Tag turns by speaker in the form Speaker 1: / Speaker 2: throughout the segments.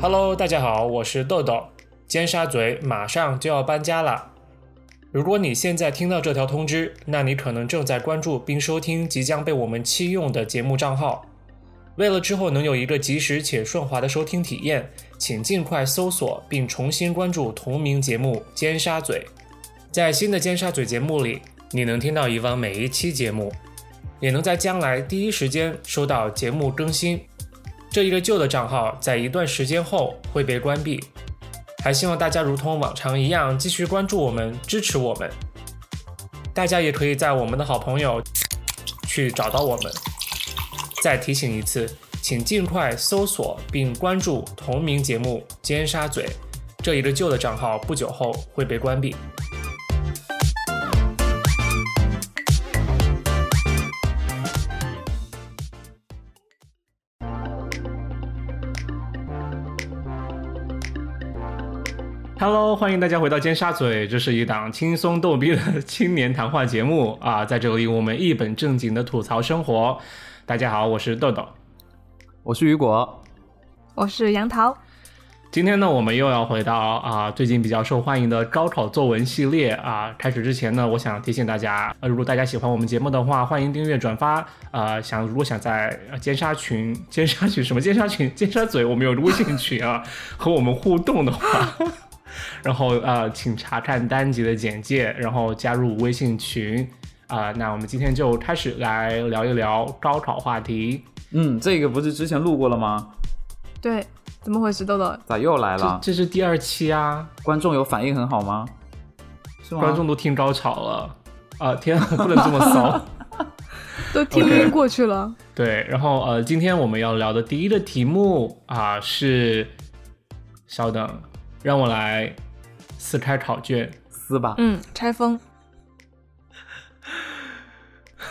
Speaker 1: Hello，大家好，我是豆豆。尖沙咀马上就要搬家了。如果你现在听到这条通知，那你可能正在关注并收听即将被我们弃用的节目账号。为了之后能有一个及时且顺滑的收听体验，请尽快搜索并重新关注同名节目《尖沙咀》。在新的《尖沙咀》节目里，你能听到以往每一期节目，也能在将来第一时间收到节目更新。这一个旧的账号在一段时间后会被关闭，还希望大家如同往常一样继续关注我们，支持我们。大家也可以在我们的好朋友去找到我们。再提醒一次，请尽快搜索并关注同名节目《尖沙咀》，这一个旧的账号不久后会被关闭。Hello，欢迎大家回到尖沙咀，这是一档轻松逗逼的青年谈话节目啊，在这里我们一本正经的吐槽生活。大家好，我是豆豆。
Speaker 2: 我是雨果，
Speaker 3: 我是杨桃。
Speaker 1: 今天呢，我们又要回到啊、最近比较受欢迎的高考作文系列啊、开始之前呢，我想提醒大家，呃，如果大家喜欢我们节目的话，欢迎订阅、转发。呃，想如果想在呃尖沙群、尖沙群什么尖沙群、尖沙咀，我们有微信群啊， 和我们互动的话，然后呃，请查看单集的简介，然后加入微信群。啊、那我们今天就开始来聊一聊高考话题。
Speaker 2: 嗯，这个不是之前录过了吗？
Speaker 3: 对，怎么回事，豆豆？
Speaker 2: 咋又来
Speaker 1: 这
Speaker 2: 了？
Speaker 1: 这是第二期啊，
Speaker 2: 观众有反应很好吗？是吗？
Speaker 1: 观众都听高潮了，啊天啊， 不能这么骚。
Speaker 3: 都听
Speaker 1: OK
Speaker 3: 晕过去了。
Speaker 1: 对，然后呃，今天我们要聊的第一个题目啊、是，稍等，让我来撕开考卷。
Speaker 2: 撕 吧。
Speaker 3: 嗯，拆封。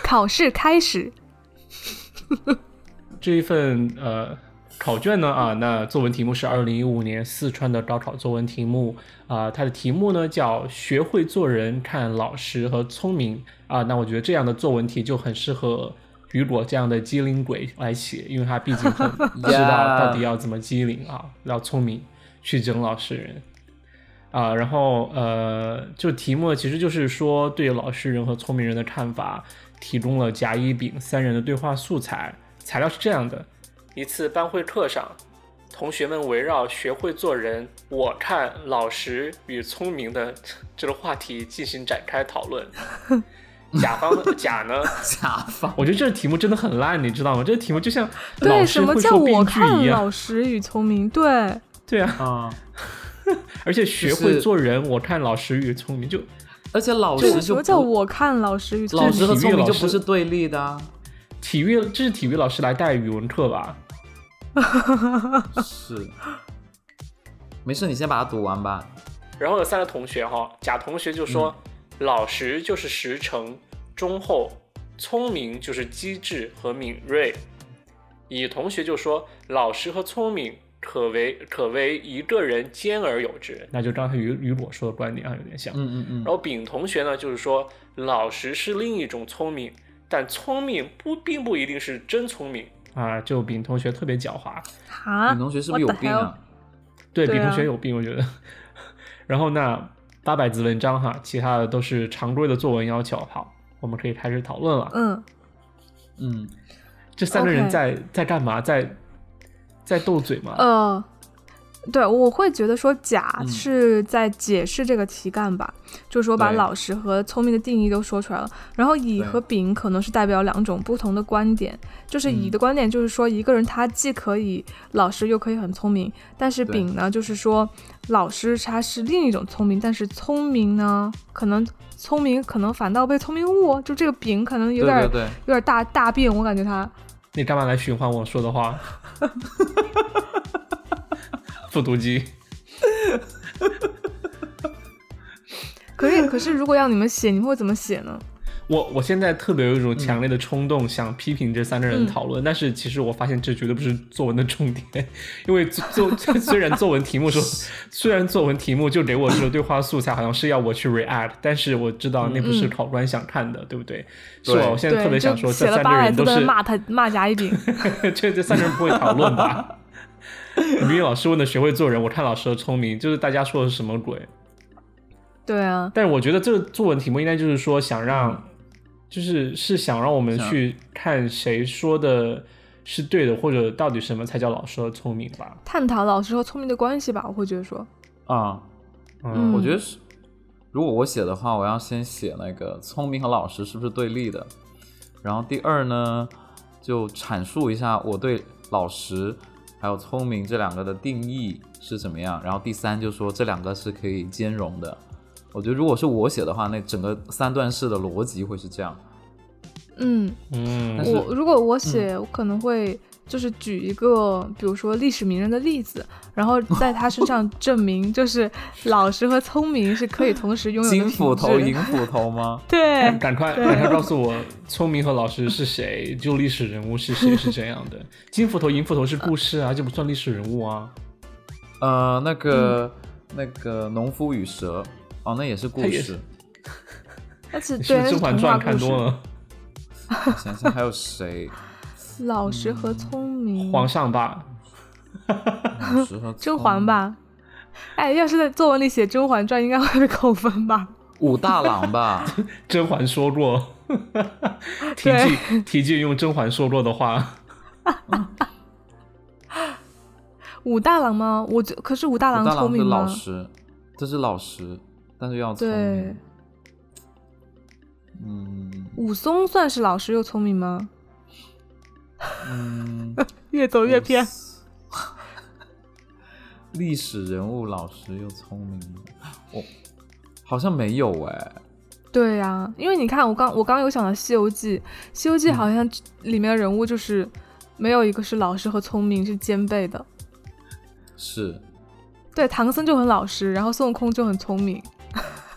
Speaker 3: 考试开始，
Speaker 1: 这一份呃考卷呢啊，那作文题目是二零一五年四川的高考作文题目啊、它的题目呢叫“学会做人，看老实和聪明”啊。那我觉得这样的作文题就很适合雨果这样的机灵鬼来写，因为他毕竟很知道
Speaker 2: Yeah
Speaker 1: 到底要怎么机灵啊，要聪明去整老实人。啊，然后呃，就题目其实就是说对老实人和聪明人的看法，提供了甲、乙、丙三人的对话素材。材料是这样的：一次班会课上，同学们围绕“学会做人，我看老实与聪明的” 这个话题进行展开讨 论。甲方甲呢，
Speaker 2: 甲方
Speaker 1: 我觉得这个题目真的很烂，你知道吗？这个题目就像老
Speaker 3: 对，
Speaker 1: 师
Speaker 3: 什么
Speaker 1: 会
Speaker 3: 叫
Speaker 1: 说
Speaker 3: 我
Speaker 1: 病句
Speaker 3: 看
Speaker 1: 一样，
Speaker 3: 老实与聪明？对，
Speaker 1: 对啊，
Speaker 2: 啊，
Speaker 1: 而且学
Speaker 2: 就
Speaker 1: 会
Speaker 2: 是
Speaker 1: 做人，我看老实与聪明就。
Speaker 2: 而且老
Speaker 3: 这
Speaker 2: 师
Speaker 3: 什
Speaker 2: 就
Speaker 3: 么叫
Speaker 2: 不
Speaker 3: 我看老实与聪
Speaker 2: 老
Speaker 3: 明？
Speaker 2: 师和聪明就
Speaker 1: 这
Speaker 2: 不
Speaker 1: 是
Speaker 2: 是对立的 啊，
Speaker 1: 体育这是体育老师来带语文课吧？
Speaker 2: 是。没事，你先把它读完吧。
Speaker 1: 然后有三个同学哈、甲同学就说，老实就是实诚、忠厚，聪明就是机智和敏锐。乙同学就说，老实和聪明可为可为一个人兼而有之，那就刚才于于果说的观点啊，有点像。
Speaker 2: 嗯嗯
Speaker 1: 然后丙同学呢，就是说老实是另一种聪明，但聪明不并不一定是真聪明啊。就丙同学特别狡猾，
Speaker 3: 哈
Speaker 2: 嗯，女，同学是不是有
Speaker 3: what the
Speaker 2: 病啊？
Speaker 1: 对
Speaker 3: 对
Speaker 1: 比同
Speaker 3: 啊
Speaker 1: 学有病，我觉得。 然后那八百字文章哈，其他的都是常规的作文要求。好，我们可以开始讨论了。
Speaker 3: 嗯，
Speaker 2: 嗯，
Speaker 1: 这三个人
Speaker 3: OK
Speaker 1: 在在干嘛？在在斗嘴吗？
Speaker 3: 呃，对，我会觉得说甲
Speaker 2: 嗯
Speaker 3: 是在解释这个题干吧，就是说把
Speaker 2: 对
Speaker 3: 老实和聪明的定义都说出来了。然后乙
Speaker 2: 对
Speaker 3: 和丙可能是代表两种不同的观点，就是乙
Speaker 2: 嗯
Speaker 3: 的观点就是说一个人他既可以老实又可以很聪明，但是
Speaker 2: 对
Speaker 3: 丙呢就是说老实他是另一种聪明，但是聪明呢可能聪明可能反倒被聪明误，哦就这个丙可能有
Speaker 2: 对
Speaker 3: 点
Speaker 2: 对对，
Speaker 3: 有点大大病，我感觉他。
Speaker 1: 你干嘛来循环我说的 话？复读机，
Speaker 3: 可是可是如果让你们写，你们会怎么写呢？
Speaker 1: 我我现在特别有一种强烈的冲动，想批评这三个人
Speaker 3: 嗯
Speaker 1: 讨论，但是其实我发现这绝对不是作文的重点，因为作 作虽然作文题目说，虽然作文题目就给我这个对话素材，好像是要我去 react，但是我知道那不是
Speaker 3: 嗯
Speaker 1: 考官想看的，对不对？是
Speaker 2: 对
Speaker 1: 我我现在
Speaker 3: 对，
Speaker 1: 特别
Speaker 3: 就
Speaker 1: 想说，
Speaker 3: 写
Speaker 1: 这
Speaker 3: 了
Speaker 1: 三个
Speaker 3: 八百
Speaker 1: 人
Speaker 3: 字
Speaker 1: 都
Speaker 3: 在
Speaker 1: 是
Speaker 3: 那骂他骂甲乙丙，
Speaker 1: 这这三个人不会讨论吧？语音老师问的学会做人，我看老师的聪明，就是大家说的是什么鬼？
Speaker 3: 对啊，
Speaker 1: 但是我觉得这个作文题目应该就是说想让，就是是想让我们
Speaker 2: 想
Speaker 1: 去看谁说的是对的，或者到底什么才叫老师的聪明吧？
Speaker 3: 探讨老师和聪明的关系吧，我会觉得说，
Speaker 2: 啊、
Speaker 3: 嗯，
Speaker 2: 我觉得是，如果我写的话，我要先写那个聪明和老实是不是对立的，然后第二呢，就阐述一下我对老实还有聪明这两个的定义是怎么样，然后第三就说这两个是可以兼容的。我觉得如果是我写的话，那整个三段式的逻辑会是这样。
Speaker 3: 嗯，
Speaker 1: 嗯
Speaker 2: 但是
Speaker 3: 我如果我写，我可能会就是举一个，比如说历史名人的例子，然后在他身 上证明，就是老实和聪明是可以同时拥有的
Speaker 2: 金
Speaker 3: 品
Speaker 2: 斧头、
Speaker 3: 质？
Speaker 2: 银斧头吗
Speaker 3: 对，
Speaker 1: 赶快赶快告诉我，聪明和老师是谁？就历史人物是谁？是这样的，金斧头、银斧头是故事啊，这不算历史人物啊，
Speaker 2: 呃，那个、
Speaker 3: 嗯
Speaker 2: 那个农夫与蛇，哦，那也是故
Speaker 1: 它也
Speaker 2: 事。
Speaker 3: 而且
Speaker 1: 你是
Speaker 3: 对，
Speaker 1: 不
Speaker 3: 那
Speaker 1: 是《甄
Speaker 3: 是童
Speaker 1: 嬛
Speaker 3: 话
Speaker 1: 传》看
Speaker 3: 故
Speaker 1: 多
Speaker 3: 事。
Speaker 1: 了？
Speaker 2: 我想想还有谁？
Speaker 3: 老
Speaker 1: 嗯
Speaker 3: 实和聪明，
Speaker 1: 皇上吧，
Speaker 2: 老实嗯和
Speaker 3: 甄
Speaker 2: 聪
Speaker 3: 嬛
Speaker 2: 明
Speaker 3: 吧。哎，要是在作文里写《甄嬛传》，应该会被扣分吧？
Speaker 2: 武大郎 吧，
Speaker 1: 甄嬛说过，题记
Speaker 3: 对
Speaker 1: 题记用甄嬛说过的话，
Speaker 3: 武大郎吗？我觉可是武大
Speaker 2: 武
Speaker 3: 郎
Speaker 2: 大
Speaker 3: 聪
Speaker 2: 郎是
Speaker 3: 明
Speaker 2: 老
Speaker 3: 吗？
Speaker 2: 实，这是老实，但是要聪
Speaker 3: 对
Speaker 2: 明。，嗯
Speaker 3: 武松算是老实又聪明吗？
Speaker 2: 嗯，
Speaker 3: 越走越偏。
Speaker 2: 历史人物老实又聪明，我好像没有哎，
Speaker 3: 对呀、因为你看，我刚我刚有想到《西游记》，《西游记》好像里面的人物就是没有一个是老实和聪明是兼备的。
Speaker 2: 是
Speaker 3: 对，唐僧就很老实，然后孙悟空就很聪明。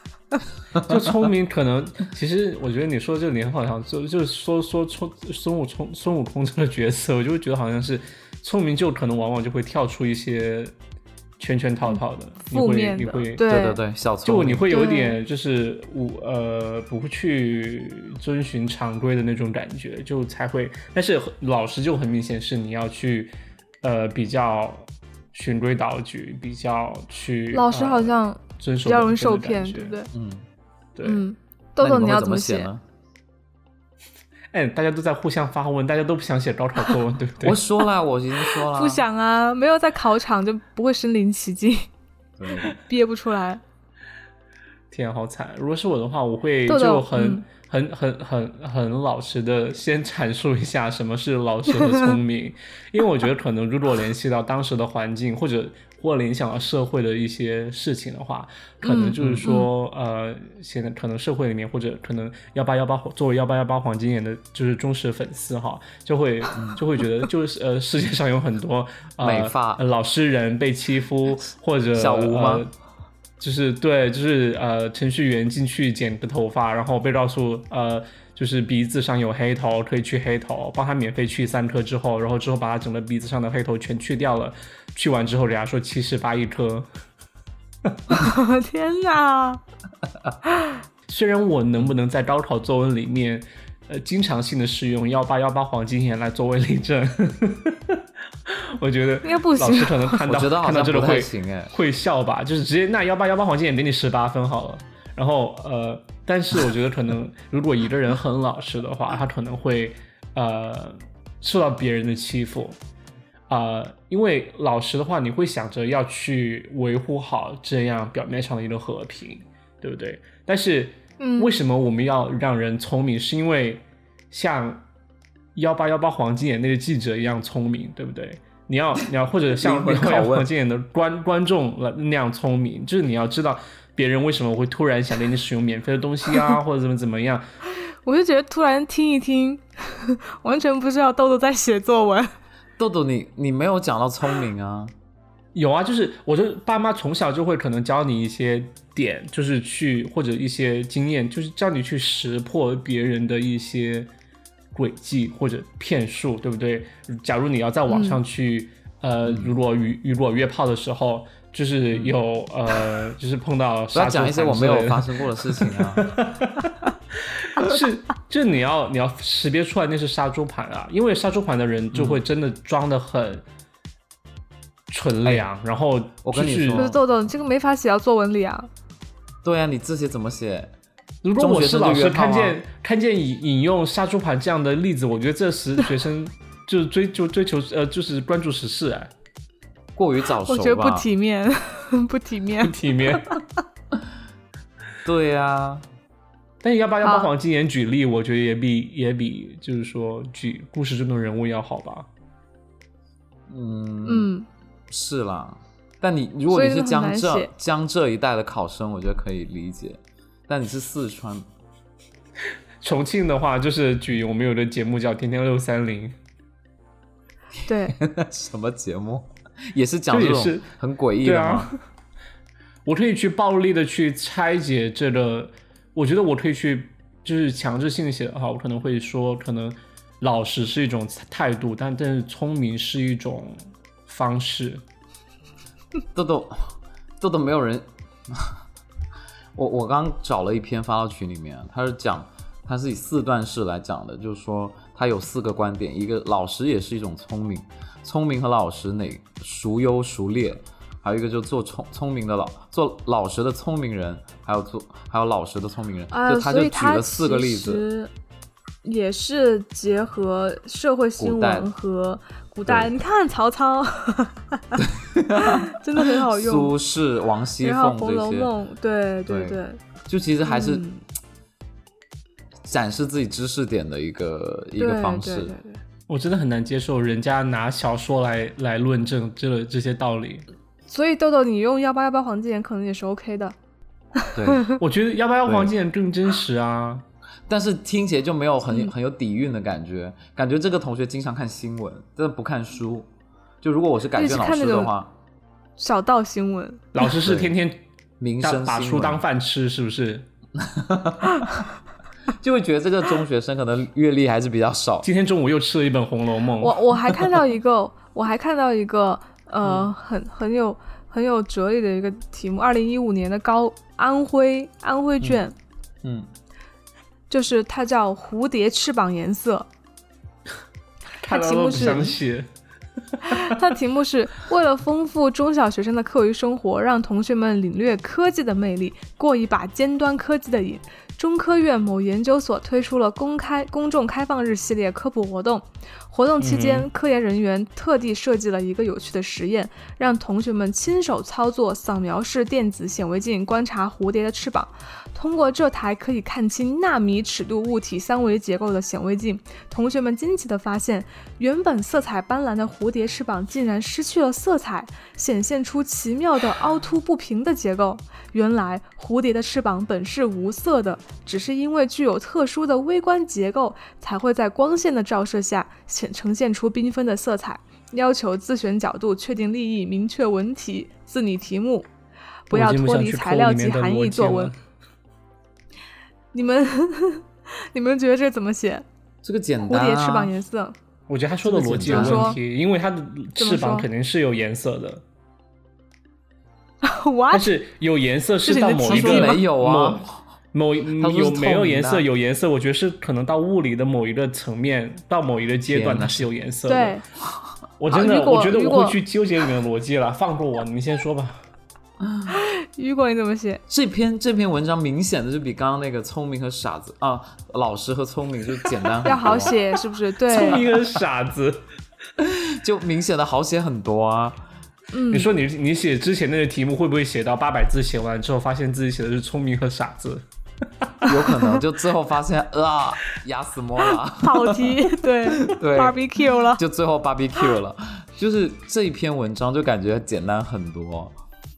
Speaker 1: 就聪明可能，其实我觉得你说这点好像就就是说说聪孙悟空孙悟空这个角色，我就会觉得好像是聪明就可能往往就会跳出一些圈圈套套的，你
Speaker 3: 嗯负
Speaker 1: 会
Speaker 3: 面
Speaker 1: 你
Speaker 3: 的
Speaker 1: 会
Speaker 3: 对
Speaker 2: 对对对，小聪
Speaker 1: 就
Speaker 2: 明
Speaker 1: 你会有
Speaker 3: 对
Speaker 1: 点就是我呃不去遵循常规的那种感觉，就才会。但是老师就很明显是你要去呃比较循规蹈矩，比较去
Speaker 3: 老实好像
Speaker 1: 呃遵守
Speaker 3: 比较容易受
Speaker 1: 本分的
Speaker 3: 骗
Speaker 1: 感，觉
Speaker 3: 对不对？？
Speaker 2: 嗯，
Speaker 1: 对，
Speaker 3: 嗯，豆豆
Speaker 2: 那你们会
Speaker 3: 要
Speaker 2: 怎
Speaker 3: 怎
Speaker 2: 么
Speaker 3: 写？
Speaker 2: 呢？
Speaker 1: 哎，大家都在互相发问，大家都不想写高考作文，对不对
Speaker 2: 我？说了，我已经说了，
Speaker 3: 不想啊，没有在考场就不会身临其境，
Speaker 2: 对。
Speaker 3: 憋不出来。
Speaker 1: 天啊，好惨！如果是我的话，我会
Speaker 3: 豆豆
Speaker 1: 就很
Speaker 3: 嗯
Speaker 1: 很很很很老实的先阐述一下什么是老实和聪明，因为我觉得可能如果联系到当时的环境或者或联想到社会的一些事情的话，可
Speaker 3: 嗯
Speaker 1: 能就是说、呃，现在可能社会里面或者可能幺八幺八作为幺八幺八黄金眼的就是忠实粉丝哈，就 会就会觉得就是呃世界上有很多呃
Speaker 2: 美发
Speaker 1: 老实人被欺 负或者
Speaker 2: 小吴吗
Speaker 1: 呃就是对，就是呃，程序员进去剪个头发，然后被告诉呃，就是鼻子上有黑头，可以去黑头，帮他免费去三颗之后，然后之后把他整个鼻子上的黑头全去掉了，去完之后人家说七十八一颗。
Speaker 3: 天哪！
Speaker 1: 虽然我能不能在高考作文里面，呃，经常性的使用幺八幺八黄金眼来作为例证， 我觉得
Speaker 3: 应该不行啊
Speaker 1: 老师可能看到
Speaker 2: 我觉得好
Speaker 1: 看到
Speaker 2: 像
Speaker 1: 这个
Speaker 2: 不太
Speaker 1: 会
Speaker 2: 行哎，
Speaker 1: 会笑吧，就是直接那幺八幺八黄金眼给你十八分好了。然后呃，但是我觉得可能如果一个人很老实的话，他可能会呃受到别人的欺负。呃，因为老实的话，你会想着要去维护好这样表面上的一个和平，对不对？但是，
Speaker 3: 嗯
Speaker 1: 为什么我们要让人聪明？是因为像幺八幺八黄金眼那个记者一样聪明，对不对？你要你要或者像
Speaker 2: 灵魂拷
Speaker 1: 幺
Speaker 2: 问
Speaker 1: 黄金眼的观观众那样聪明，就是你要知道别人为什么会突然想给你使用免费的东西啊，或者怎么怎么样，
Speaker 3: 我就觉得突然听一听， 完全不知道豆豆在写作文。
Speaker 2: 豆豆你你没有讲到聪明啊，
Speaker 1: 有啊，就是我就爸妈从小就会可能教你一些点，就是去或者一些经验，就是教你去识破别人的一些诡计或者骗术，对不对？假如你要在网上去，呃，如果与如果约炮的时候，就是有、呃，就是碰到
Speaker 2: 不
Speaker 1: 杀
Speaker 2: 要
Speaker 1: 猪
Speaker 2: 讲一些
Speaker 1: 盘
Speaker 2: 我
Speaker 1: 之
Speaker 2: 没
Speaker 1: 类
Speaker 2: 有
Speaker 1: 的
Speaker 2: 发生过的事情啊。
Speaker 1: 是，就是你要你要识别
Speaker 2: 嗯
Speaker 1: 出来那是杀猪盘啊，因为杀猪盘的人就会真的装的很，蠢了呀。然后
Speaker 2: 哎我跟你
Speaker 1: 就是
Speaker 2: 说
Speaker 3: 就是豆豆，你这个没法写到作文里啊。
Speaker 2: 对呀、你字写怎么写？
Speaker 1: 如果我是老师，
Speaker 2: 中学生就约炮啊
Speaker 1: 看
Speaker 2: 吗
Speaker 1: 见看见引引用杀猪盘这样的例子，我觉得这 时学生就是追就追求呃，就是关注时事啊，
Speaker 2: 过于早熟
Speaker 3: 我
Speaker 2: 吧？
Speaker 3: 觉得不体面，不 体面。
Speaker 1: 体面。
Speaker 2: 对呀、
Speaker 1: 但要不要
Speaker 3: 好
Speaker 1: 把黄金眼举例，我觉得也比也比就是说举故事中的人物要好吧。
Speaker 2: 嗯
Speaker 3: 嗯，
Speaker 2: 是啦。但你如果
Speaker 3: 所以
Speaker 2: 你是
Speaker 3: 就很
Speaker 2: 江
Speaker 3: 难
Speaker 2: 浙
Speaker 3: 写
Speaker 2: 江浙一带的考生，我觉得可以理解。但你是四川，
Speaker 1: 重庆的话，就是举我们有的节目叫《天天六三零》，
Speaker 3: 对，
Speaker 2: 什么节目？ 也是讲
Speaker 1: 这
Speaker 2: 这
Speaker 1: 也
Speaker 2: 种
Speaker 1: 是
Speaker 2: 很诡异
Speaker 1: 对
Speaker 2: 的
Speaker 1: 啊
Speaker 2: 吗？，
Speaker 1: 我可以去暴力的去拆解这个，我觉得我可以去就是强制性写的话，我可能会说，可能老实是一种态度，但但是聪明是一种方式。
Speaker 2: 豆豆，豆豆没有人。 我我刚找了一篇发到群里面，他是讲，他是以四段式来讲的，就是说他有四个观点，一个老实也是一种聪明，聪明和老实哪孰优孰劣，还有一个就做聪聪明的老做老实的聪明人，还有做还有老实的聪明人，
Speaker 3: 啊，
Speaker 2: 就他就
Speaker 3: 所以
Speaker 2: 举
Speaker 3: 它
Speaker 2: 了四个例子，，
Speaker 3: 也是结合社会新
Speaker 2: 古代
Speaker 3: 闻和古代。
Speaker 2: 对
Speaker 3: 你看曹 操， 真的很好用。
Speaker 2: 苏轼、王熙
Speaker 3: 然后
Speaker 2: 凤
Speaker 3: 《红
Speaker 2: 这
Speaker 3: 楼
Speaker 2: 些，
Speaker 3: 梦》，对
Speaker 2: 对
Speaker 3: 对，
Speaker 2: 就其实还是
Speaker 3: 嗯
Speaker 2: 展示自己知识点的一个一
Speaker 3: 对
Speaker 2: 个方
Speaker 3: 对
Speaker 2: 式
Speaker 3: 对。对
Speaker 1: 我真的很难接受人家拿小说来来论证这这些道理。
Speaker 3: 所以豆豆，你用幺八幺八黄金眼可能也是 OK 的。
Speaker 2: 对
Speaker 1: 我觉得要不要
Speaker 2: 对
Speaker 1: 黄金眼更真实 啊？
Speaker 2: 但是听起来就没有很很有底蕴的感觉，感觉这个同学经常看新闻，真的不看书。就如果我是改卷老师的话，
Speaker 3: 小道新闻，
Speaker 1: 老师是
Speaker 2: 对
Speaker 1: 天天
Speaker 2: 民
Speaker 1: 当
Speaker 2: 生
Speaker 1: 把
Speaker 2: 新
Speaker 1: 书
Speaker 2: 闻
Speaker 1: 当饭吃，是不是？
Speaker 2: 就会觉得这个中学生可能阅历还是比较少。
Speaker 1: 今天中午又吃了一本《红楼梦》，
Speaker 3: 我我还看到一个，我还看到一个，呃，很很有很有哲理的一个题目，二零一五年的高安徽安徽卷，
Speaker 2: 嗯，
Speaker 3: 就是它叫《蝴蝶翅膀颜色
Speaker 1: 看到
Speaker 3: 题目
Speaker 1: 都不
Speaker 3: 是
Speaker 1: 想写。》，
Speaker 3: 它的题目是为了丰富中小学生的课余生活，让同学们领略科技的魅力，过一把尖端科技的瘾。中科院某研究所推出了公开公众开放日系列科普活动，活动期间，科研人员特地设计了一个有趣的实验，让同学们亲手操作扫描式电子显微镜观察蝴蝶的翅膀。通过这台可以看清纳米尺度物体三维结构的显微镜，同学们惊奇地发现，原本色彩斑斓的蝴蝶翅膀竟然失去了色彩，显现出奇妙的凹凸不平的结构。原来，蝴蝶的翅膀本是无色的，只是因为具有特殊的微观结构，才会在光线的照射下显呈现出缤纷的色彩。要求自选角度，确定立意，明确文体，自拟题目，不要
Speaker 1: 我已经
Speaker 3: 脱
Speaker 1: 想
Speaker 3: 离
Speaker 1: 去
Speaker 3: 材
Speaker 1: 抠
Speaker 3: 料
Speaker 1: 里
Speaker 3: 及
Speaker 1: 面的
Speaker 3: 含
Speaker 1: 逻辑
Speaker 3: 义作文
Speaker 1: 了。
Speaker 3: 你们， 你们觉得这怎么写？
Speaker 2: 这个简
Speaker 3: 蝴
Speaker 2: 单、啊。
Speaker 3: 蝶翅膀颜色，
Speaker 1: 我觉得他说的逻辑有
Speaker 3: 怎么
Speaker 1: 问
Speaker 3: 说
Speaker 1: 题，因为他的翅
Speaker 3: 怎么
Speaker 1: 膀
Speaker 3: 说
Speaker 1: 肯定是有颜色的，
Speaker 3: 哇啊
Speaker 1: 但，是有颜色
Speaker 3: 这是
Speaker 1: 到
Speaker 3: 你的
Speaker 1: 某
Speaker 3: 提
Speaker 1: 一
Speaker 3: 示
Speaker 1: 个
Speaker 3: 吗
Speaker 2: 没有啊，
Speaker 1: 某某
Speaker 2: 它
Speaker 1: 某
Speaker 2: 不是
Speaker 1: 有
Speaker 2: 透
Speaker 1: 没有
Speaker 2: 明
Speaker 1: 颜色
Speaker 2: 的
Speaker 1: 有颜色，我觉得是可能到物理的某一个层面，到某一个阶段
Speaker 2: 天哪
Speaker 1: 它是有颜色的。
Speaker 3: 对，
Speaker 1: 我真
Speaker 3: 啊
Speaker 1: 的
Speaker 3: 如果
Speaker 1: 我觉得
Speaker 3: 如
Speaker 1: 我
Speaker 3: 果
Speaker 1: 会去纠结你们的逻辑了，放过我，你们先说吧。
Speaker 3: 雨果你怎么 写？
Speaker 2: 这篇这篇文章明显的就比刚刚那个聪明和傻子啊，老实和聪明就简单很多，
Speaker 3: 要好，写是 不是？
Speaker 1: 聪
Speaker 3: 对，
Speaker 1: 明跟傻 子，
Speaker 2: 就明显的好写很多啊。
Speaker 3: 嗯
Speaker 1: 你说你你写之前那个题目会不会写到八百字写完之后，发现自己写的是聪明和傻子？
Speaker 2: 有可能就最后发现啊，压死猫了。
Speaker 3: 跑 题，对
Speaker 2: 对
Speaker 3: ，barbecue 了。
Speaker 2: 就最后 barbecue 了。就是这一篇文章就感觉简单很多，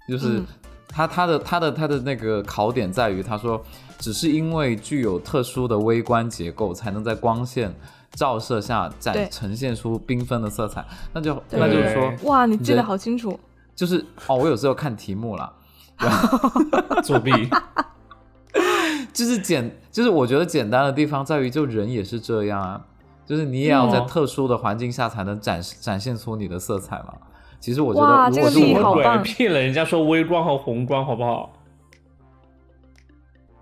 Speaker 2: 就是
Speaker 3: 嗯
Speaker 2: 他他的他的他的那个考点在于，他说只是因为具有特殊的微观结构，才能在光线照射下
Speaker 3: 对
Speaker 2: 展呈现出缤纷的色彩。那就
Speaker 3: 对
Speaker 2: 那就是
Speaker 1: 对
Speaker 2: 说，
Speaker 3: 哇，你记得
Speaker 2: 人
Speaker 3: 好清楚，
Speaker 2: 就是哦，我有时候看题目啦，
Speaker 1: 作弊，
Speaker 2: 就是简，就是我觉得简单的地方在于，就人也是这样啊，就是你也要在
Speaker 1: 嗯
Speaker 2: 特殊的环境下才能展示、展现出你的色彩嘛。其实我觉
Speaker 3: 哇
Speaker 2: 得，如
Speaker 3: 这
Speaker 2: 果
Speaker 3: 个
Speaker 2: 是
Speaker 1: 什
Speaker 3: 力
Speaker 2: 我
Speaker 1: 么
Speaker 3: 好
Speaker 1: 鬼
Speaker 3: 棒？
Speaker 1: 骗了人家说微观和宏观，好不好？
Speaker 3: 微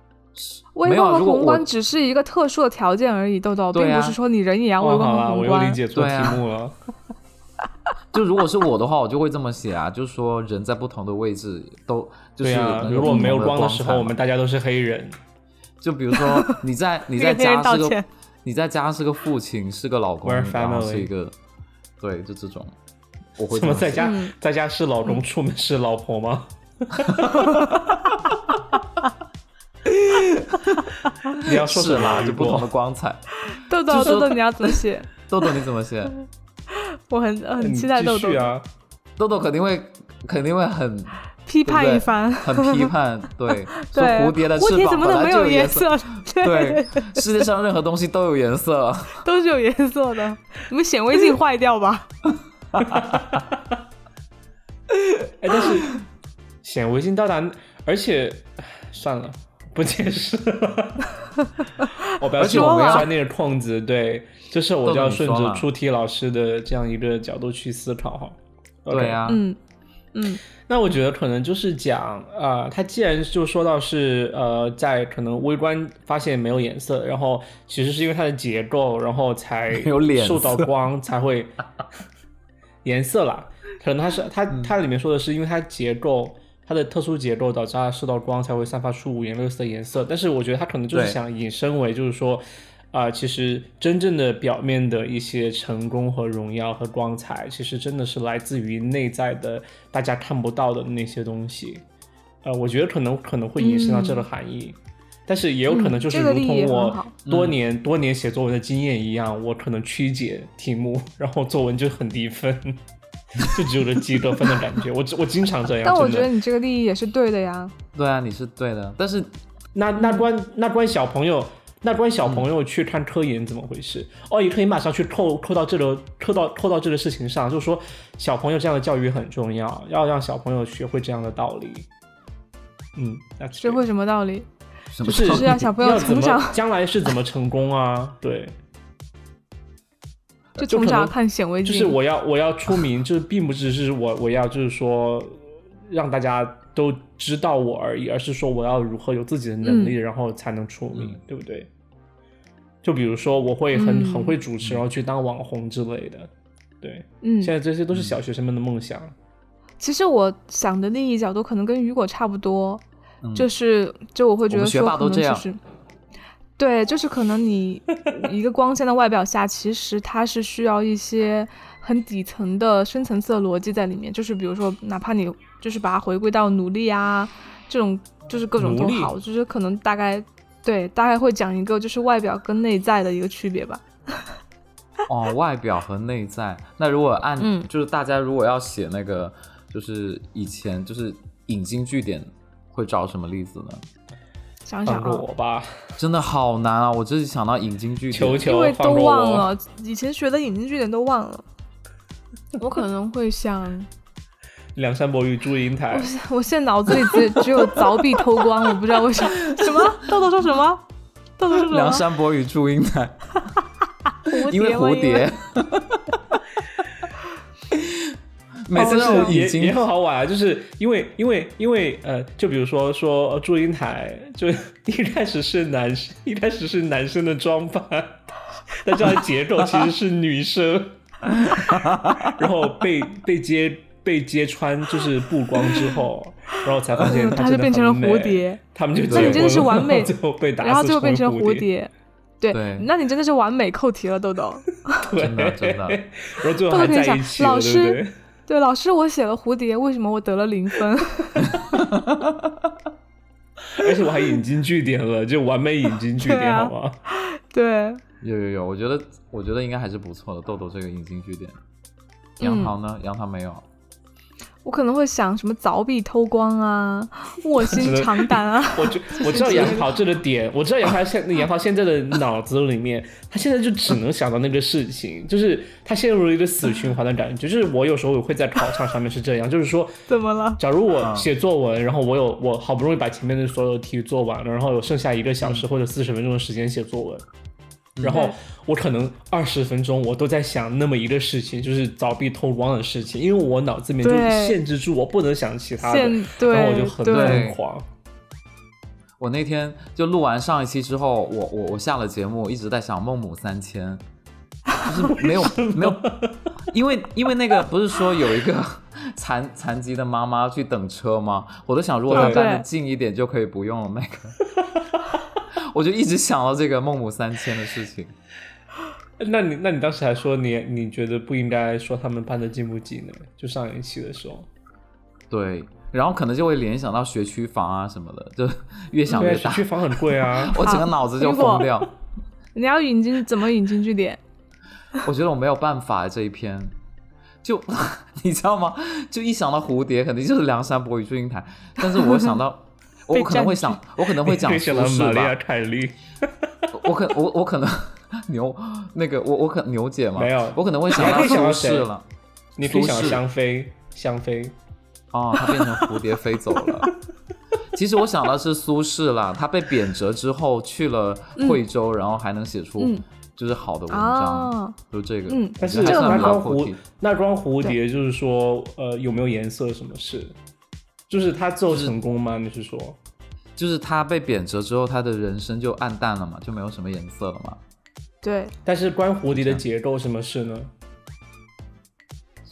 Speaker 2: 没有啊
Speaker 3: 观和
Speaker 2: 如果
Speaker 3: 宏观
Speaker 2: 我
Speaker 3: 只是一个特殊的条件而已，豆豆，
Speaker 2: 对
Speaker 3: 并
Speaker 2: 啊
Speaker 3: 不是说你人也要微
Speaker 1: 哦
Speaker 3: 观
Speaker 1: 好
Speaker 3: 和
Speaker 1: 啦，
Speaker 3: 宏
Speaker 1: 我又理
Speaker 3: 观。
Speaker 1: 解错
Speaker 2: 对
Speaker 1: 题
Speaker 2: 啊
Speaker 1: 目了。
Speaker 2: 就如果是我的话，我就会这么写啊，就是说人在不同的位置都 就是
Speaker 1: 对啊
Speaker 2: 能，
Speaker 1: 如果没有
Speaker 2: 不同
Speaker 1: 光的
Speaker 2: 的彩
Speaker 1: 时候，我
Speaker 2: 嘛
Speaker 1: 们大家都是黑人。
Speaker 2: 就比如说 你在你在
Speaker 3: 那个黑人
Speaker 2: 家是
Speaker 3: 道
Speaker 2: 个
Speaker 3: 歉
Speaker 2: 你在家是个父亲，是个老公，
Speaker 1: We're
Speaker 2: 然后
Speaker 1: family
Speaker 2: 是一个对，就这种，我会
Speaker 1: 怎么在
Speaker 2: 写
Speaker 1: 家
Speaker 3: 嗯
Speaker 1: 在家是老公，出门是老婆吗？ 你要说
Speaker 2: 是
Speaker 1: 什么
Speaker 2: 啦，
Speaker 1: 啊？
Speaker 2: 就
Speaker 1: 雨
Speaker 2: 不同的
Speaker 1: 果，
Speaker 2: 光彩。
Speaker 3: 豆豆
Speaker 2: 就是
Speaker 3: 豆豆，你要怎 么写？
Speaker 2: 豆豆你怎么写？
Speaker 3: 我很很
Speaker 1: 你
Speaker 3: 期待
Speaker 2: 嗯
Speaker 3: 豆
Speaker 1: 继
Speaker 3: 豆
Speaker 1: 续啊！
Speaker 2: 豆豆肯定会肯定会很
Speaker 3: 批
Speaker 2: 对不
Speaker 3: 判
Speaker 2: 对
Speaker 3: 一番。
Speaker 2: 很批判， 对，说
Speaker 3: 对，
Speaker 2: 蝴蝶的
Speaker 3: 蝴
Speaker 2: 翅
Speaker 3: 蝶
Speaker 2: 膀
Speaker 3: 怎么
Speaker 2: 本
Speaker 3: 能
Speaker 2: 来
Speaker 3: 没
Speaker 2: 就
Speaker 3: 有
Speaker 2: 颜
Speaker 3: 颜？色？
Speaker 2: 对，世界上任何东西都有颜色。
Speaker 3: 都是有颜色的。你们显微镜坏掉吧？
Speaker 1: 哎，但是显微镜到达，而且唉算了，不解释了。 我不要
Speaker 2: 而且
Speaker 1: 去
Speaker 3: 我们要
Speaker 1: 钻那个空子，对，就是我就要顺
Speaker 2: 豆豆你说
Speaker 1: 着
Speaker 2: 嘛
Speaker 1: 出题老师的这样一个角度去思考哈。
Speaker 2: 对
Speaker 1: 呀。
Speaker 2: 啊，
Speaker 3: 嗯嗯，
Speaker 1: 那我觉得可能就是讲啊、呃，他既然就说到是呃，在可能微观发现没有颜色，然后其实是因为它的结构，然后才
Speaker 2: 没有脸色
Speaker 1: 受到光才 会颜色啦。可能它是它
Speaker 2: 嗯
Speaker 1: 它里面说的是因为它结构它的特殊结构导致它受到光才会散发出五颜六色的颜色，但是我觉得它可能就是
Speaker 2: 对
Speaker 1: 想引申为就是说。啊、其实真正的表面的一些成功和荣耀和光彩，其实真的是来自于内在的大家看不到的那些东西。呃，我觉得可能可能会引申到这个含义，但是也有可能就是
Speaker 3: 嗯这个
Speaker 1: 如
Speaker 3: 例
Speaker 1: 同
Speaker 3: 也很
Speaker 1: 我
Speaker 3: 好
Speaker 1: 多年、多年写作文的经验一样，我可能曲解题目，然后作文就很低分， 就只有这及格分的感觉。我我经常
Speaker 2: 哎
Speaker 1: 这样，
Speaker 3: 但我
Speaker 1: 真
Speaker 3: 觉
Speaker 1: 的
Speaker 3: 得你这个利益也是对的呀。
Speaker 2: 对啊，你是对的，但是
Speaker 1: 那那关那关小朋友，那关小朋友去看科研怎么回事？哦，也可以马上去扣扣到这个扣到扣到这个事情上，就是说小朋友这样的教育很重要，要让小朋友学会这样的道理。嗯，那
Speaker 3: 学会什么道理？
Speaker 2: 什
Speaker 1: 就
Speaker 2: 么
Speaker 1: 是
Speaker 3: 是让小朋友
Speaker 1: 要怎
Speaker 3: 从
Speaker 1: 么
Speaker 3: 小
Speaker 1: 将来是怎么成功啊？对，
Speaker 3: 就
Speaker 1: 就
Speaker 3: 从
Speaker 1: 可
Speaker 3: 小
Speaker 1: 能
Speaker 3: 看显微
Speaker 1: 就
Speaker 3: 镜。
Speaker 1: 是我要我要出名，就是 并不只是我我要就是说让大家都知道我而已，而是说我要如何有自己的能
Speaker 3: 嗯
Speaker 1: 力，然后才能出名，
Speaker 2: 嗯
Speaker 1: 对不对？就比如说我会很、
Speaker 3: 嗯
Speaker 1: 很会主持，然后去当网红之类的，对，
Speaker 3: 嗯，
Speaker 1: 现在这些都是小学生们的梦想。
Speaker 3: 其实我想的利益角度可能跟雨果差不多，
Speaker 2: 嗯
Speaker 3: 就是就我会觉
Speaker 2: 我
Speaker 3: 得
Speaker 2: 们学
Speaker 3: 说
Speaker 2: 霸
Speaker 3: 可能
Speaker 2: 都这
Speaker 3: 就
Speaker 2: 样
Speaker 3: 是，对，就是可能你一个光鲜的外表下，其实它是需要一些很底层的深层次的逻辑在里面，就是比如说，哪怕你就是把它回归到努力啊这种，就是各种
Speaker 1: 努
Speaker 3: 都
Speaker 1: 力
Speaker 3: 好，就是可能大概对大概会讲一个就是外表跟内在的一个区别吧。
Speaker 2: 哦，外表和内在。那如果按、
Speaker 3: 嗯
Speaker 2: 就是大家如果要写那个，就是以前就是引经据典，会找什么例子呢？
Speaker 3: 想想
Speaker 1: 放
Speaker 3: 啊，
Speaker 1: 呃过我吧，
Speaker 2: 真的好难啊！我就是想到引经据
Speaker 1: 求
Speaker 2: 典，
Speaker 3: 因
Speaker 1: 求
Speaker 3: 为
Speaker 1: 放
Speaker 3: 都
Speaker 1: 过
Speaker 3: 忘
Speaker 1: 我。
Speaker 3: 了，以前学的引经据典都忘了。 我可能会想，
Speaker 1: 梁山伯与祝英台
Speaker 3: 我，现 我现在脑子里只只有凿壁偷光，我不知道为什么。 什么？豆豆说什么？豆豆说什么？
Speaker 2: 梁山伯与祝英台，
Speaker 3: 蝴蝶
Speaker 2: 因为
Speaker 3: 吗
Speaker 2: 蝴蝶。 每次
Speaker 1: 哦
Speaker 2: 让我
Speaker 1: 也
Speaker 2: 引
Speaker 1: 也
Speaker 2: 经
Speaker 1: 很好玩啊，就是因为因为因为呃，就比如说说呃祝英台，就一开始是男生，一开始是男生的装扮，但这样结构其实是女 生，然后被被揭被揭穿就是曝光之后，然后才发现 她
Speaker 3: 嗯她就
Speaker 1: 真的
Speaker 3: 变成
Speaker 1: 很
Speaker 3: 了蝴
Speaker 1: 美
Speaker 3: 蝶，
Speaker 1: 他们就
Speaker 2: 那你
Speaker 1: 结
Speaker 2: 真
Speaker 3: 的
Speaker 1: 婚
Speaker 3: 是
Speaker 1: 了
Speaker 3: 完 美
Speaker 1: 最后被打死
Speaker 3: 然后最后变成
Speaker 1: 为
Speaker 3: 蝴
Speaker 1: 蝴，
Speaker 3: 蝶。对，
Speaker 2: 对
Speaker 3: 那你真的是完美扣题了，豆豆。
Speaker 1: 对，
Speaker 2: 真的真的
Speaker 1: 然后最后
Speaker 3: 豆
Speaker 1: 还
Speaker 3: 豆可以
Speaker 1: 在一
Speaker 3: 想
Speaker 1: 起
Speaker 3: 老
Speaker 1: 了，对不
Speaker 3: 师
Speaker 1: 对？
Speaker 3: 对，老师，我写了蝴蝶，为什么我得了零分？
Speaker 1: 而且我还引经据典了，就完美引经据
Speaker 3: 对
Speaker 1: 典，
Speaker 3: 啊
Speaker 1: 好吗？
Speaker 3: 对，
Speaker 2: 有有有，我觉得我觉得应该还是不错的。豆豆这个引经据典，杨
Speaker 3: 嗯
Speaker 2: 桃呢？杨桃没有，啊
Speaker 3: 我可能会想什么凿壁偷光啊，卧
Speaker 1: 只
Speaker 3: 薪
Speaker 1: 能
Speaker 3: 尝胆啊。
Speaker 1: 我知我知道杨桃这个点，我知道杨桃现杨桃现在的脑子里面，他现在就只能想到那个事情，就是他陷入了一个死循环的感觉。就是我有时候也会在考场上面是这样，就是说，
Speaker 3: 怎么了？
Speaker 1: 假如我写作文，然后我有我好不容易把前面的所有题做完了，然后有剩下一个小
Speaker 3: 嗯
Speaker 1: 时或者四十分钟的时间写作文，然后我可能二十分钟我都在想那么一个事情，就是凿壁偷光的事情，因为我脑子里面就
Speaker 3: 对
Speaker 1: 限制住我不能想其他的，
Speaker 3: 现
Speaker 1: 然后我就
Speaker 3: 对
Speaker 1: 很
Speaker 3: 对，
Speaker 1: 疯狂。
Speaker 2: 我那天就录完上一期之后，我 我我下了节目，一直在想孟母三迁，就是没有没有，因为因为那个不是说有一个残残疾的妈妈去等车吗？我都想如果她
Speaker 1: 对
Speaker 2: 站得近一点就可以不用了那个， 我就一直想到这个孟母三迁的事情。
Speaker 1: 那你那你当时还说你你觉得不应该说他们搬的近不近呢？就上一期的时候，
Speaker 2: 对，然后可能就会联想到学区房啊什么的，就 越想
Speaker 1: 对啊，
Speaker 2: 越
Speaker 1: 学
Speaker 2: 大，。
Speaker 1: 区房很贵啊
Speaker 2: 我整个脑子就疯掉。
Speaker 3: 你要引经怎么引经据典？
Speaker 2: 我觉得我没有办法这一篇，就 你知道吗？就一想到蝴蝶，肯定就是梁山伯与祝英台，但是我想到。我
Speaker 3: 被
Speaker 2: 可能会
Speaker 3: 占
Speaker 2: 想，我可能 会讲
Speaker 1: 你选了
Speaker 2: 苏
Speaker 1: 玛
Speaker 2: 轼
Speaker 1: 利亚
Speaker 2: 吧，
Speaker 1: 凯莉，
Speaker 2: 我可我我可能牛那个我我可牛姐嘛，
Speaker 1: 没有
Speaker 2: 我可能会想
Speaker 1: 你还
Speaker 2: 到
Speaker 1: 可以
Speaker 2: 苏
Speaker 1: 想到谁
Speaker 2: 轼了，
Speaker 1: 你可以想
Speaker 2: 苏轼
Speaker 1: 香妃，香妃。
Speaker 2: 哦，它变成蝴蝶飞走了。其实我想到是苏轼啦，他被贬谪之后去了惠州，然后还能写出
Speaker 3: 嗯
Speaker 2: 就是好的文章，
Speaker 3: 哦
Speaker 2: 就这个。
Speaker 3: 嗯
Speaker 1: 但是
Speaker 2: 我觉
Speaker 3: 这
Speaker 2: 得
Speaker 3: 个
Speaker 2: 还
Speaker 1: 那
Speaker 2: 算
Speaker 1: 光
Speaker 2: 蛮阔
Speaker 1: 蝴
Speaker 2: 气。
Speaker 1: 那光蝴蝶就是说，呃，有没有颜色什么事？就是他最后成功吗？你是说？
Speaker 2: 就是他被贬谪之后，他的人生就暗淡了嘛，就没有什么颜色了嘛，
Speaker 3: 对，
Speaker 1: 但是关蝴
Speaker 2: 啊
Speaker 1: 蝶的结构什么事呢？